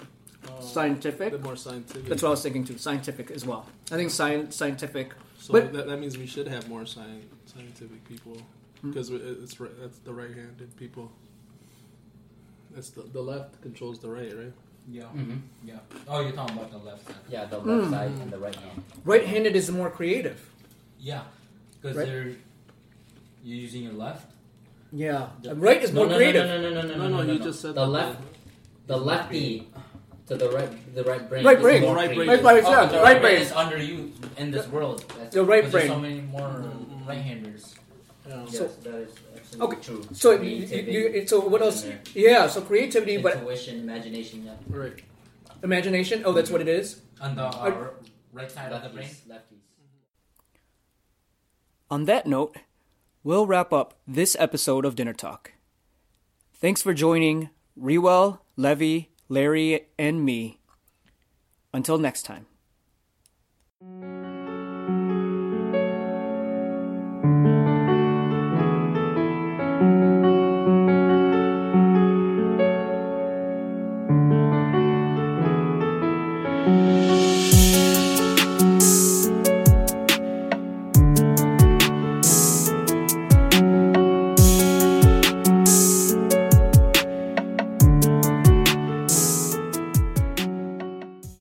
Speaker 3: uh,
Speaker 1: Scientific?
Speaker 3: The more scientific.
Speaker 1: That's what I was thinking too. Scientific as well. I think science, scientific.
Speaker 3: So
Speaker 1: But-
Speaker 3: that, that means we should have more sci- scientific people
Speaker 1: Hmm.
Speaker 3: because it's ri- that's the right-handed people. That's the, the left controls the right, right?
Speaker 6: Yeah.
Speaker 4: Mhm.
Speaker 6: Yeah. Oh, you're talking about the left side.
Speaker 4: Yeah, the left side and the right hand.
Speaker 1: Right-handed is more creative.
Speaker 6: Yeah, because
Speaker 1: Right.
Speaker 6: they're you're using your left.
Speaker 1: Yeah,
Speaker 6: The-
Speaker 1: right is
Speaker 4: No,
Speaker 1: more
Speaker 4: no, no,
Speaker 1: creative.
Speaker 4: No, no, no, no, no, no, no,
Speaker 3: you
Speaker 4: no.
Speaker 3: just said
Speaker 4: the
Speaker 3: that
Speaker 4: left, the lefty to the right, the right brain.
Speaker 1: Right
Speaker 4: is
Speaker 1: brain.
Speaker 4: more
Speaker 3: Right brain.
Speaker 4: creative.
Speaker 1: Right brain,
Speaker 4: Oh,
Speaker 1: yeah,
Speaker 4: the
Speaker 1: right brain.
Speaker 4: is under you in this world. That's,
Speaker 1: The right
Speaker 4: 'cause there's
Speaker 1: brain.
Speaker 4: So many more right-handers.
Speaker 3: Um,
Speaker 4: Yes, that is absolutely
Speaker 1: Okay,
Speaker 4: true.
Speaker 1: So you,
Speaker 4: Creativity,
Speaker 1: you, you- so what else?
Speaker 4: Yeah.
Speaker 1: Yeah, so creativity, but
Speaker 4: intuition, imagination, yeah.
Speaker 3: Right.
Speaker 1: imagination. Oh, that's what it is.
Speaker 6: On the uh,
Speaker 1: I-
Speaker 6: r- right side of the brain.
Speaker 4: Lefties, lefties.
Speaker 1: On that note, we'll wrap up this episode of Dinner Talk. Thanks for joining Rewell, Levy, Larry, and me. Until next time.